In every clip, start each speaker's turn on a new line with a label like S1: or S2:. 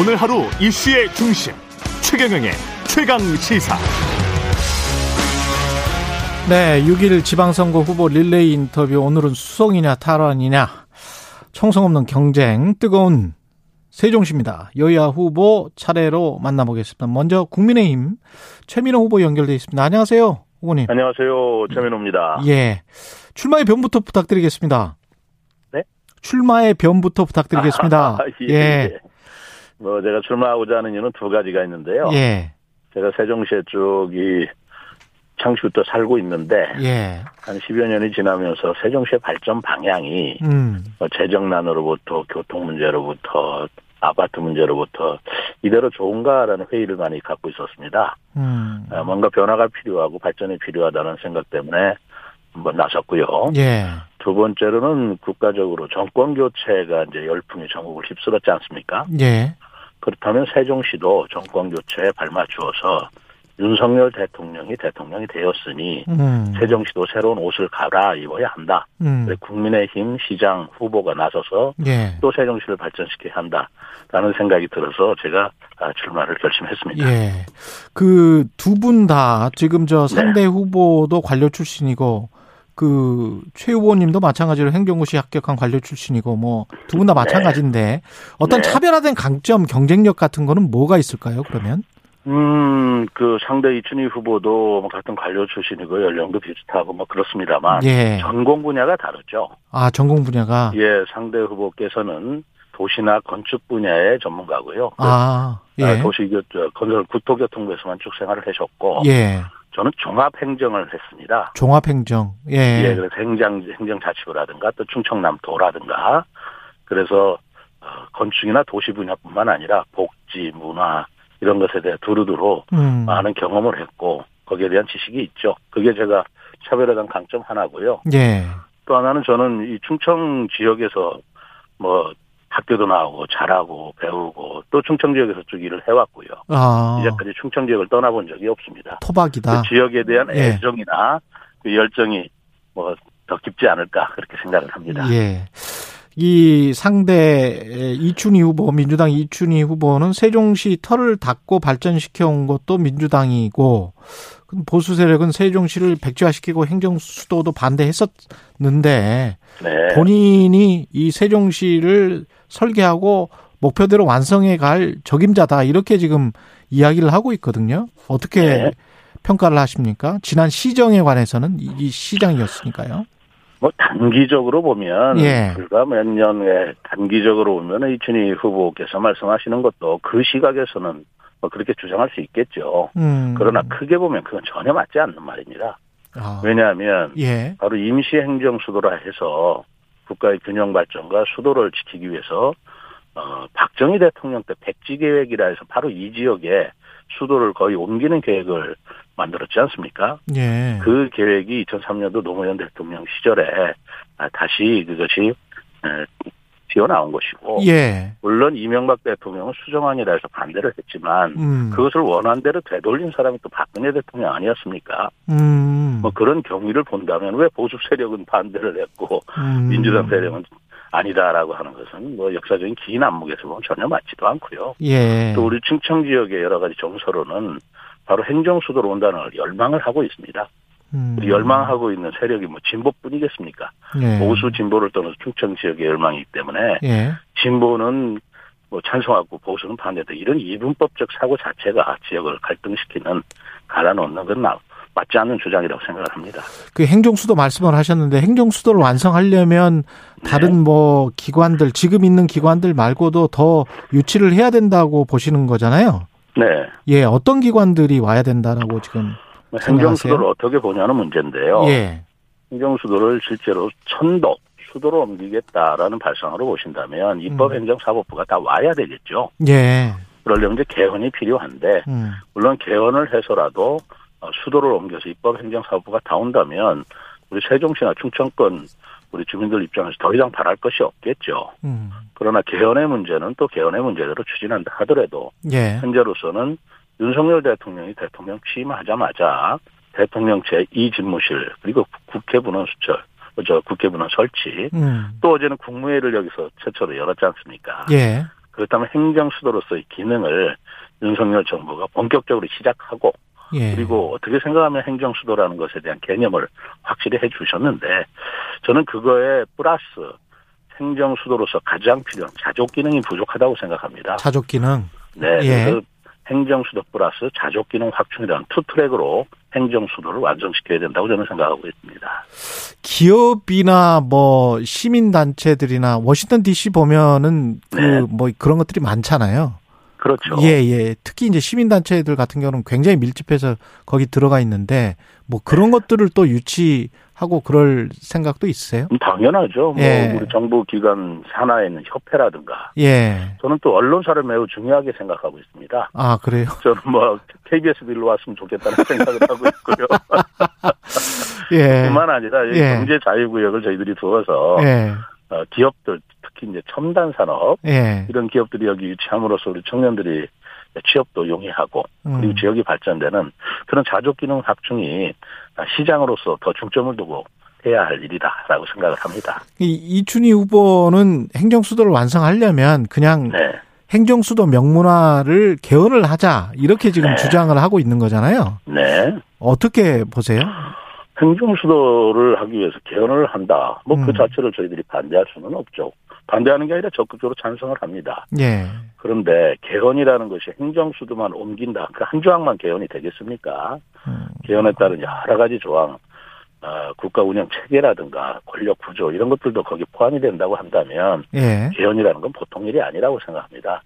S1: 오늘 하루 이슈의 중심 최경영의 최강 시사.
S2: 네, 6일 지방선거 후보 릴레이 인터뷰 오늘은 수성이냐 탈환이냐 총성 없는 경쟁 뜨거운 세종시입니다. 여야 후보 차례로 만나보겠습니다. 먼저 국민의힘 최민호 후보 연결돼 있습니다. 안녕하세요, 후보님.
S3: 안녕하세요. 최민호입니다.
S2: 예, 출마의 변부터 부탁드리겠습니다.
S3: 네?
S2: 출마의 변부터 부탁드리겠습니다.
S3: 예, 예. 뭐 제가 출마하고자 하는 이유는 두 가지가 있는데요.
S2: 예,
S3: 제가 세종시에 쪽이 창시부터 살고 있는데
S2: 예,
S3: 한 10여 년이 지나면서 세종시의 발전 방향이
S2: 음,
S3: 뭐 재정난으로부터 교통 문제로부터 아파트 문제로부터 이대로 좋은가라는 회의를 많이 갖고 있었습니다.
S2: 음,
S3: 아, 뭔가 변화가 필요하고 발전이 필요하다는 생각 때문에 한번 나섰고요.
S2: 예,
S3: 두 번째로는 국가적으로 정권 교체가 이제 열풍이 전국을 휩쓸었지 않습니까?
S2: 예,
S3: 그렇다면 세종시도 정권 교체에 발맞추어서 윤석열 대통령이 대통령이 되었으니
S2: 음,
S3: 세종시도 새로운 옷을 갈아입어야 한다.
S2: 음,
S3: 국민의힘 시장 후보가 나서서
S2: 예.
S3: 또 세종시를 발전시켜야 한다라는 생각이 들어서 제가 아, 출마를 결심했습니다.
S2: 예. 그 두 분 다 지금 저
S3: 네.
S2: 상대 후보도 관료 출신이고 그 최 후보님도 마찬가지로 행정고시 합격한 관료 출신이고 뭐 두 분 다 마찬가지인데 어떤
S3: 네.
S2: 차별화된 강점 경쟁력 같은 거는 뭐가 있을까요? 그러면
S3: 음, 그 상대 이춘희 후보도 뭐 같은 관료 출신이고 연령도 비슷하고 뭐 그렇습니다만
S2: 예.
S3: 전공 분야가 다르죠.
S2: 아 전공 분야가
S3: 예, 상대 후보께서는 도시나 건축 분야의 전문가고요.
S2: 아
S3: 아,
S2: 예.
S3: 도시교 뭐. 저, 건설 국토교통부에서만 쭉 생활을 하셨고
S2: 예.
S3: 저는 종합행정을 했습니다.
S2: 종합행정. 예.
S3: 예, 그래서 행정 행정자치구라든가 또 충청남도라든가 그래서 어, 건축이나 도시 분야뿐만 아니라 복지 문화 이런 것에 대해 두루두루
S2: 음.
S3: 많은 경험을 했고 거기에 대한 지식이 있죠. 그게 제가 차별에 대한 강점 하나고요.
S2: 예.
S3: 또 하나는 저는 이 충청 지역에서 뭐 학교도 나오고 잘하고 배우고 또 충청 지역에서 쭉 일을 해왔고요.
S2: 아.
S3: 이제까지 충청 지역을 떠나본 적이 없습니다.
S2: 토박이다.
S3: 그 지역에 대한
S2: 예.
S3: 애정이나 그 열정이 뭐 더 깊지 않을까 그렇게 생각을 합니다.
S2: 예. 이 상대 이춘희 후보, 민주당 이춘희 후보는 세종시 털을 닦고 발전시켜 온 것도 민주당이고, 그럼 보수 세력은 세종시를 백지화시키고 행정 수도도 반대했었는데,
S3: 네.
S2: 본인이 이 세종시를 설계하고 목표대로 완성해 갈 적임자다. 이렇게 지금 이야기를 하고 있거든요. 어떻게
S3: 네.
S2: 평가를 하십니까? 지난 시정에 관해서는 이- 이 시장이었으니까요.
S3: 뭐 단기적으로 보면
S2: 예.
S3: 불과 몇 년에 단기적으로 보면 이춘희 후보께서 말씀하시는 것도 그 시각에서는 뭐 그렇게 주장할 수 있겠죠.
S2: 음.
S3: 그러나 크게 보면 그건 전혀 맞지 않는 말입니다.
S2: 아.
S3: 왜냐하면
S2: 예.
S3: 바로 임시행정수도라 해서 국가의 균형 발전과 수도를 지키기 위해서 어, 박정희 대통령 때 백지 계획이라 해서 바로 이 지역에 수도를 거의 옮기는 계획을 만들었지 않습니까?
S2: 예.
S3: 그 계획이 2003년도 노무현 대통령 시절에 아, 다시 그것이 에, 튀어나온 것이고
S2: 예.
S3: 물론 이명박 대통령은 수정안이라 해서 반대를 했지만
S2: 음.
S3: 그것을 원한대로 되돌린 사람이 또 박근혜 대통령 아니었습니까?
S2: 음.
S3: 뭐 그런 경위를 본다면 왜 보수 세력은 반대를 했고
S2: 음.
S3: 민주당 세력은 아니다라고 하는 것은 뭐 역사적인 긴 안목에서 보면 전혀 맞지도 않고요.
S2: 예.
S3: 또 우리 충청 지역의 여러 가지 정서로는 바로 행정 수도로 온다는 걸 열망을 하고 있습니다.
S2: 음.
S3: 우리 열망하고 있는 세력이 뭐 진보뿐이겠습니까?
S2: 예.
S3: 보수 진보를 떠나서 충청 지역의 열망이기 때문에
S2: 예.
S3: 진보는 뭐 찬성하고 보수는 반대다 이런 이분법적 사고 자체가 지역을 갈등시키는 갈아놓는 건 나- 맞지 않는 주장이라고 생각을 합니다.
S2: 그 행정수도 말씀을 하셨는데 행정수도를 완성하려면
S3: 네.
S2: 다른 뭐 기관들 지금 있는 기관들 말고도 더 유치를 해야 된다고 보시는 거잖아요.
S3: 네,
S2: 예. 어떤 기관들이 와야 된다라고 지금
S3: 뭐
S2: 생각하세요?
S3: 행정수도를 어떻게 보냐는 문제인데요.
S2: 예.
S3: 행정수도를 실제로 천도 수도로 옮기겠다라는 발상으로 보신다면
S2: 음.
S3: 입법행정사법부가 다 와야 되겠죠.
S2: 예.
S3: 그러려면 이제 개헌이 필요한데
S2: 음.
S3: 물론 개헌을 해서라도 어, 수도를 옮겨서 입법행정사부가 다 온다면 우리 세종시나 충청권 우리 주민들 입장에서 더 이상 바랄 것이 없겠죠.
S2: 음.
S3: 그러나 개헌의 문제는 또 개헌의 문제대로 추진한다 하더라도
S2: 예.
S3: 현재로서는 윤석열 대통령이 대통령 취임하자마자 대통령 제2 집무실 그리고 국회 분원 수철 저 국회 분원 설치
S2: 음.
S3: 또 어제는 국무회의를 여기서 최초로 열었지 않습니까?
S2: 예.
S3: 그렇다면 행정 수도로서의 기능을 윤석열 정부가 본격적으로 시작하고
S2: 예.
S3: 그리고 어떻게 생각하면 행정 수도라는 것에 대한 개념을 확실히 해 주셨는데 저는 그거에 플러스 행정 수도로서 가장 필요한 자족 기능이 부족하다고 생각합니다.
S2: 자족 기능.
S3: 네.
S2: 예.
S3: 그래서 행정 수도 플러스 자족 기능 확충이라는 투 트랙으로 행정 수도를 완성시켜야 된다고 저는 생각하고 있습니다.
S2: 기업이나 뭐 시민 단체들이나 워싱턴 D.C. 보면은 그
S3: 네.
S2: 뭐 그런 것들이 많잖아요.
S3: 그렇죠.
S2: 예, 예. 특히 이제 시민 단체들 같은 경우는 굉장히 밀집해서 거기 들어가 있는데 뭐
S3: 네.
S2: 그런 것들을 또 유치하고 그럴 생각도 있으세요?
S3: 음, 당연하죠. 뭐
S2: 예.
S3: 우리 정부 기관 산하에 있는 협회라든가
S2: 예.
S3: 저는 또 언론사를 매우 중요하게 생각하고 있습니다.
S2: 아, 그래요.
S3: 저는 뭐 KBS 빌로 왔으면 좋겠다는 생각을 하고 있고요.
S2: 예.
S3: 뿐만 아니라 이
S2: 예.
S3: 경제 자유구역을 저희들이 두어서
S2: 예.
S3: 어, 기업들 특히 이제 첨단 산업
S2: 예.
S3: 이런 기업들이 여기 유치함으로써 우리 청년들이 취업도 용이하고 그리고
S2: 음.
S3: 지역이 발전되는 그런 자족 기능 확충이 시장으로서 더 중점을 두고 해야 할 일이다라고 생각을 합니다.
S2: 이, 이춘희 후보는 행정 수도를 완성하려면 그냥
S3: 네.
S2: 행정 수도 명문화를 개헌을 하자 이렇게 지금
S3: 네.
S2: 주장을 하고 있는 거잖아요.
S3: 네.
S2: 어떻게 보세요?
S3: 행정 수도를 하기 위해서 개헌을 한다. 뭐 그
S2: 음.
S3: 자체를 저희들이 반대할 수는 없죠. 반대하는 게 아니라 적극적으로 찬성을 합니다.
S2: 예.
S3: 그런데 개헌이라는 것이 행정 수도만 옮긴다. 그 한 조항만 개헌이 되겠습니까?
S2: 음.
S3: 개헌에 따른 여러 가지 조항, 아, 국가 운영 체계라든가 권력 구조 이런 것들도 거기 포함이 된다고 한다면
S2: 예.
S3: 개헌이라는 건 보통 일이 아니라고 생각합니다.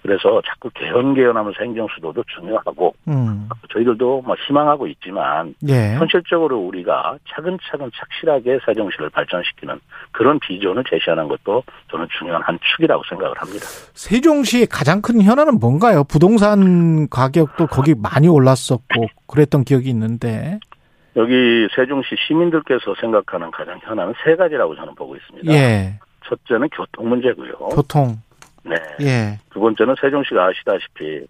S3: 그래서 자꾸 개헌 개헌하면서 행정 수도도 중요하고
S2: 음.
S3: 저희들도 뭐 희망하고 있지만
S2: 예.
S3: 현실적으로 우리가 차근차근 착실하게 사정실을 발전시키는 그런 비전을 제시하는 것도 저는 중요한 한 축이라고 생각을 합니다.
S2: 세종시의 가장 큰 현안은 뭔가요? 부동산 가격도 거기 많이 올랐었고 그랬던 기억이 있는데.
S3: 여기 세종시 시민들께서 생각하는 가장 현안은 세 가지라고 저는 보고 있습니다.
S2: 예.
S3: 첫째는 교통 문제고요.
S2: 교통.
S3: 네.
S2: 예.
S3: 두 번째는 세종시가 아시다시피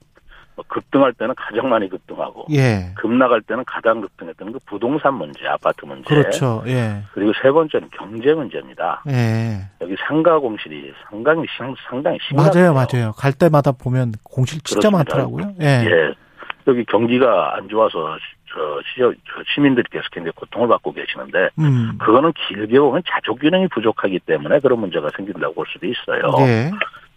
S3: 뭐 급등할 때는 가장 많이 급등하고
S2: 예.
S3: 급락할 때는 가장 급등했던 그 부동산 문제, 아파트 문제.
S2: 그렇죠. 예.
S3: 그리고 세 번째는 경제 문제입니다.
S2: 예.
S3: 여기 상가 공실이 상당히 심- 상당히 심각해요.
S2: 맞아요. 맞아요. 갈 때마다 보면 공실 진짜
S3: 그렇습니다.
S2: 많더라고요. 예.
S3: 예. 여기 경기가 안 좋아서 시- 저, 시저, 저 시민들께서 굉장히 고통을 받고 계시는데
S2: 음.
S3: 그거는 길게 보면 자족 기능이 부족하기 때문에 그런 문제가 생긴다고 볼 수도 있어요.
S2: 예.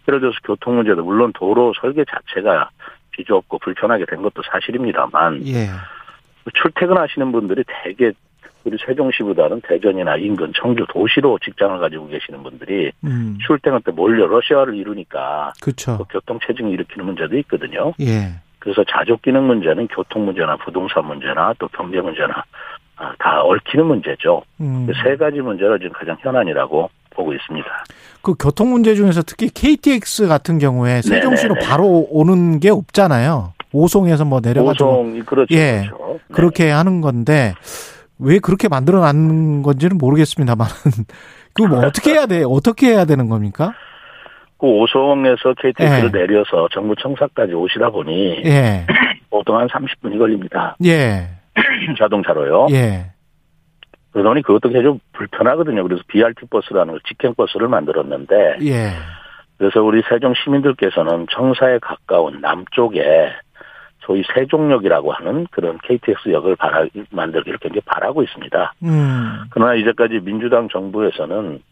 S3: 예를 들어서 교통 문제도 물론 도로 설계 자체가 비교 없고 불편하게 된 것도 사실입니다만
S2: 예.
S3: 출퇴근하시는 분들이 대개 우리 세종시보다는 대전이나 인근 청주 도시로 직장을 가지고 계시는 분들이
S2: 음.
S3: 출퇴근 때 몰려 러시아를 이루니까
S2: 그렇죠.
S3: 또 교통 체증 일으키는 문제도 있거든요.
S2: 예.
S3: 그래서 자족 기능 문제는 교통 문제나 부동산 문제나 또 경제 문제나 아, 다 얽히는 문제죠.
S2: 음.
S3: 그세 가지 문제가 지금 가장 현안이라고 보고 있습니다.
S2: 그 교통 문제 중에서 특히 KTX 같은 경우에 세종시로
S3: 네네네.
S2: 바로 오는 게 없잖아요. 오송에서 뭐 내려가지고
S3: 오송이 그렇죠.
S2: 예.
S3: 그렇죠. 네.
S2: 그렇게 하는 건데 왜 그렇게 만들어 놨는 건지는 모르겠습니다만 그거 뭐 어떻게 해야 돼? 어떻게 해야 되는 겁니까?
S3: 그 오송에서 KTX를
S2: 예.
S3: 내려서 정부 청사까지 오시다 보니
S2: 예.
S3: 보통 한 30분이 걸립니다.
S2: 예.
S3: 자동차로요.
S2: 예.
S3: 그러더니 그것도 계속 불편하거든요. 그래서 BRT 버스라는 걸 직행 버스를 만들었는데
S2: 예.
S3: 그래서 우리 세종 시민들께서는 청사에 가까운 남쪽에 소위 세종역이라고 하는 그런 KTX역을 바라, 만들기를 굉장히 바라고 있습니다.
S2: 음.
S3: 그러나 이제까지 민주당 정부에서는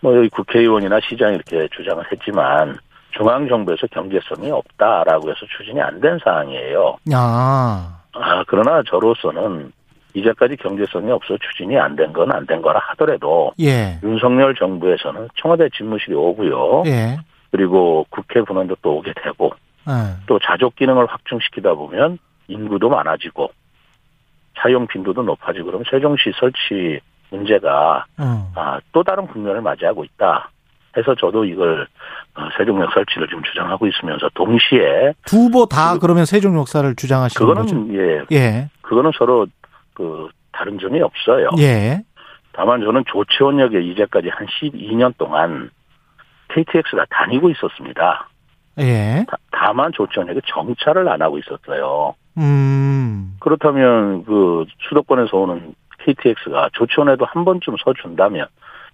S3: 뭐 여기 국회의원이나 시장이 이렇게 주장을 했지만 중앙정부에서 경제성이 없다라고 해서 추진이 안 된 사항이에요.
S2: 아.
S3: 아, 그러나 저로서는 이제까지 경제성이 없어 추진이 안 된 건 안 된 거라 하더라도
S2: 예.
S3: 윤석열 정부에서는 청와대 집무실이 오고요.
S2: 예.
S3: 그리고 국회 군원도 또 오게 되고
S2: 아.
S3: 또 자족 기능을 확충시키다 보면 인구도 많아지고 사용 빈도도 높아지고 그럼 세종시 설치 문제가
S2: 어.
S3: 아, 또 다른 국면을 맞이하고 있다. 해서 저도 이걸 어, 세종역 설치를 지금 주장하고 있으면서 동시에
S2: 두보 다 그러면 세종 역사를 주장하시는 거죠?
S3: 그거는 예
S2: 예.
S3: 그거는 서로 그 다른 점이 없어요.
S2: 예.
S3: 다만 저는 조치원역에 이제까지 한 12년 동안 KTX가 다니고 있었습니다.
S2: 예.
S3: 다- 다만 조치원역에 정차를 안 하고 있었어요.
S2: 음.
S3: 그렇다면 그 수도권에서 오는 KTX가 조치원에도 한 번쯤 서준다면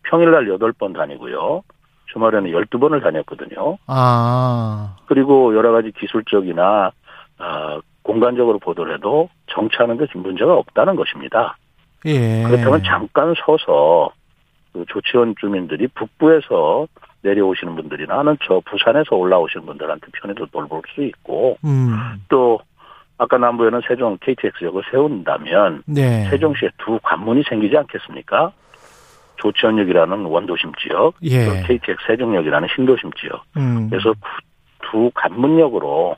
S3: 평일날 8번 다니고요. 주말에는 12번을 다녔거든요.
S2: 아,
S3: 그리고 여러 가지 기술적이나 아, 공간적으로 보더라도 정치하는 데 문제가 없다는 것입니다.
S2: 예.
S3: 그렇다면 잠깐 서서 그 조치원 주민들이 북부에서 내려오시는 분들이나 하는 저 부산에서 올라오시는 분들한테 편의도 돌볼 수 있고
S2: 음,
S3: 또 아까 남부에는 세종 KTX역을 세운다면
S2: 네.
S3: 세종시에 두 관문이 생기지 않겠습니까? 조치원역이라는 원도심 지역,
S2: 예.
S3: 또 KTX 세종역이라는 신도심 지역.
S2: 음.
S3: 그래서 구- 두 관문역으로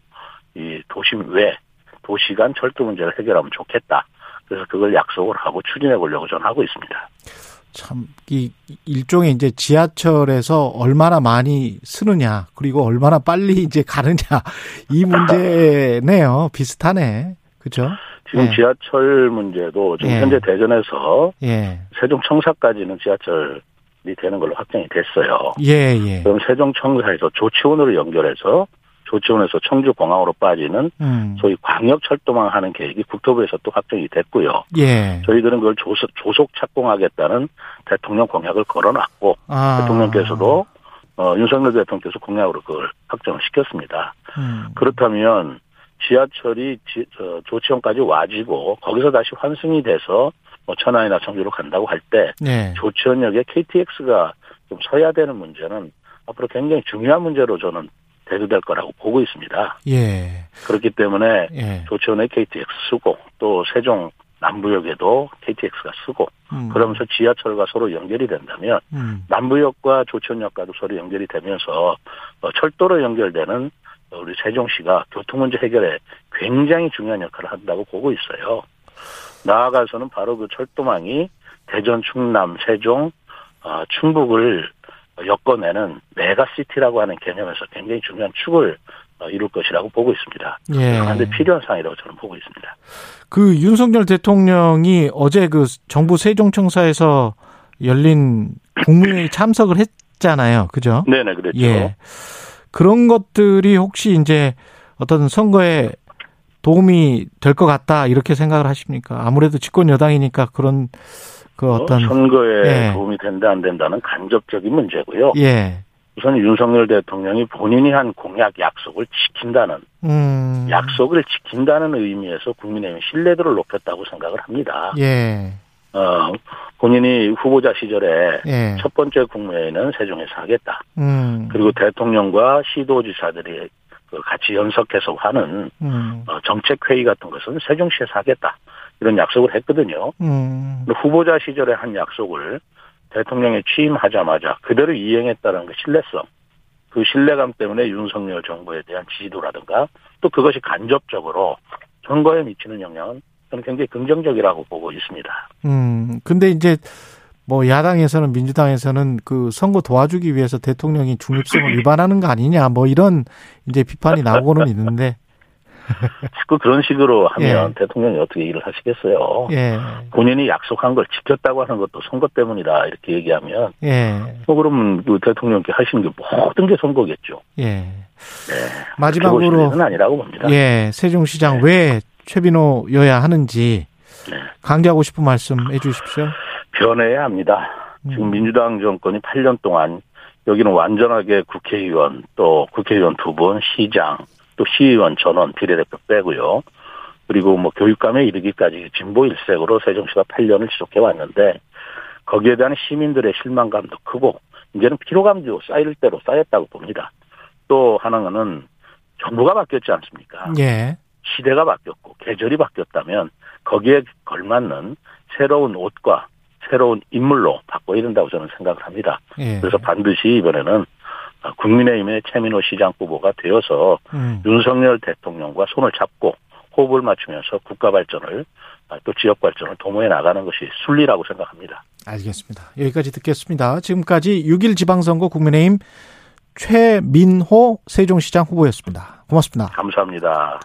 S3: 이 도심 외 도시간 철도 문제를 해결하면 좋겠다. 그래서 그걸 약속을 하고 추진해 보려고 저는 하고 있습니다.
S2: 참, 이, 일종의 이제 지하철에서 얼마나 많이 쓰느냐, 그리고 얼마나 빨리 이제 가느냐, 이 문제네요. 비슷하네. 그죠?
S3: 지금
S2: 예.
S3: 지하철 문제도 지금
S2: 예.
S3: 현재 대전에서
S2: 예.
S3: 세종청사까지는 지하철이 되는 걸로 확정이 됐어요.
S2: 예, 예.
S3: 그럼 세종청사에서 조치원으로 연결해서 조치원에서 청주공항으로 빠지는
S2: 음.
S3: 소위 광역철도망 하는 계획이 국토부에서 또 확정이 됐고요.
S2: 예.
S3: 저희들은 그걸 조속, 조속 착공하겠다는 대통령 공약을 걸어놨고
S2: 아.
S3: 대통령께서도 어, 윤석열 대통령께서 공약으로 그걸 확정을 시켰습니다.
S2: 음.
S3: 그렇다면 지하철이 지- 어, 조치원까지 와지고 거기서 다시 환승이 돼서 뭐 천안이나 청주로 간다고 할 때
S2: 예.
S3: 조치원역에 KTX가 좀 서야 되는 문제는 앞으로 굉장히 중요한 문제로 저는 대두될 거라고 보고 있습니다.
S2: 예.
S3: 그렇기 때문에
S2: 예.
S3: 조치원에 KTX 쓰고 또 세종 남부역에도 KTX가 쓰고
S2: 음.
S3: 그러면서 지하철과 서로 연결이 된다면
S2: 음.
S3: 남부역과 조천역과도 서로 연결이 되면서 어, 철도로 연결되는 어, 우리 세종시가 교통 문제 해결에 굉장히 중요한 역할을 한다고 보고 있어요. 나아가서는 바로 그 철도망이 대전, 충남, 세종, 어, 충북을 엮어내는 메가시티라고 하는 개념에서 굉장히 중요한 축을 어, 이룰 것이라고 보고 있습니다.
S2: 예.
S3: 그런데 필요한 사항이라고 저는 보고 있습니다.
S2: 그 윤석열 대통령이 어제 그 정부 세종청사에서 열린 국무회의 참석을 했잖아요. 그죠?
S3: 네네, 그랬죠.
S2: 예. 그런 것들이 혹시 이제 어떤 선거에 도움이 될 것 같다 이렇게 생각을 하십니까? 아무래도 집권 여당이니까 그런 그
S3: 어,
S2: 어떤
S3: 선거에
S2: 예.
S3: 도움이 된다 안 된다는 간접적인 문제고요.
S2: 예.
S3: 우선 윤석열 대통령이 본인이 한 공약 약속을 지킨다는
S2: 음.
S3: 약속을 지킨다는 의미에서 국민의힘 신뢰도를 높였다고 생각을 합니다.
S2: 예.
S3: 어, 본인이 후보자 시절에
S2: 예.
S3: 첫 번째 국무회의는 세종에서 하겠다.
S2: 음.
S3: 그리고 대통령과 시도지사들이 그 같이 연석해서 하는
S2: 음.
S3: 어, 정책회의 같은 것은 세종시에서 하겠다. 이런 약속을 했거든요.
S2: 음.
S3: 근데 후보자 시절에 한 약속을 대통령에 취임하자마자 그대로 이행했다는 그 신뢰성, 그 신뢰감 때문에 윤석열 정부에 대한 지지도라든가 또 그것이 간접적으로 선거에 미치는 영향은 저는 굉장히 긍정적이라고 보고 있습니다.
S2: 음. 근데 이제 뭐 야당에서는 민주당에서는 그 선거 도와주기 위해서 대통령이 중립성을 위반하는 거 아니냐 뭐 이런 이제 비판이 나오고는 있는데
S3: 자꾸 그런 식으로 하면
S2: 예.
S3: 대통령이 어떻게 일을 하시겠어요?
S2: 예.
S3: 본인이 약속한 걸 지켰다고 하는 것도 선거 때문이다 이렇게 얘기하면
S2: 예.
S3: 뭐 그러면 그 대통령께 하시는 게 모든 게 선거겠죠.
S2: 예.
S3: 그리고
S2: 마지막으로
S3: 는 아니라고 봅니다.
S2: 예, 세종시장 왜 최빈호 여야 하는지 강조하고 싶은 말씀 해주십시오.
S3: 변해야 합니다. 지금 민주당 정권이 8년 동안 여기는 완전하게 국회의원 또 국회의원 두 분 시장 또 시의원 전원 비례대표 빼고요. 그리고 뭐 교육감에 이르기까지 진보 일색으로 세종시가 8년을 지속해 왔는데 거기에 대한 시민들의 실망감도 크고 이제는 피로감도 쌓일 대로 쌓였다고 봅니다. 또 하나는 정부가 바뀌었지 않습니까?
S2: 예,
S3: 시대가 바뀌었고 계절이 바뀌었다면 거기에 걸맞는 새로운 옷과 새로운 인물로 바꿔야 된다고 저는 생각을 합니다.
S2: 예.
S3: 그래서 반드시 이번에는 국민의힘의 최민호 시장 후보가 되어서
S2: 음,
S3: 윤석열 대통령과 손을 잡고 호흡을 맞추면서 국가 발전을 아, 또 지역 발전을 도모해 나가는 것이 순리라고 생각합니다.
S2: 알겠습니다. 여기까지 듣겠습니다. 지금까지 6일 지방선거 국민의힘 최민호 세종시장 후보였습니다. 고맙습니다.
S3: 감사합니다.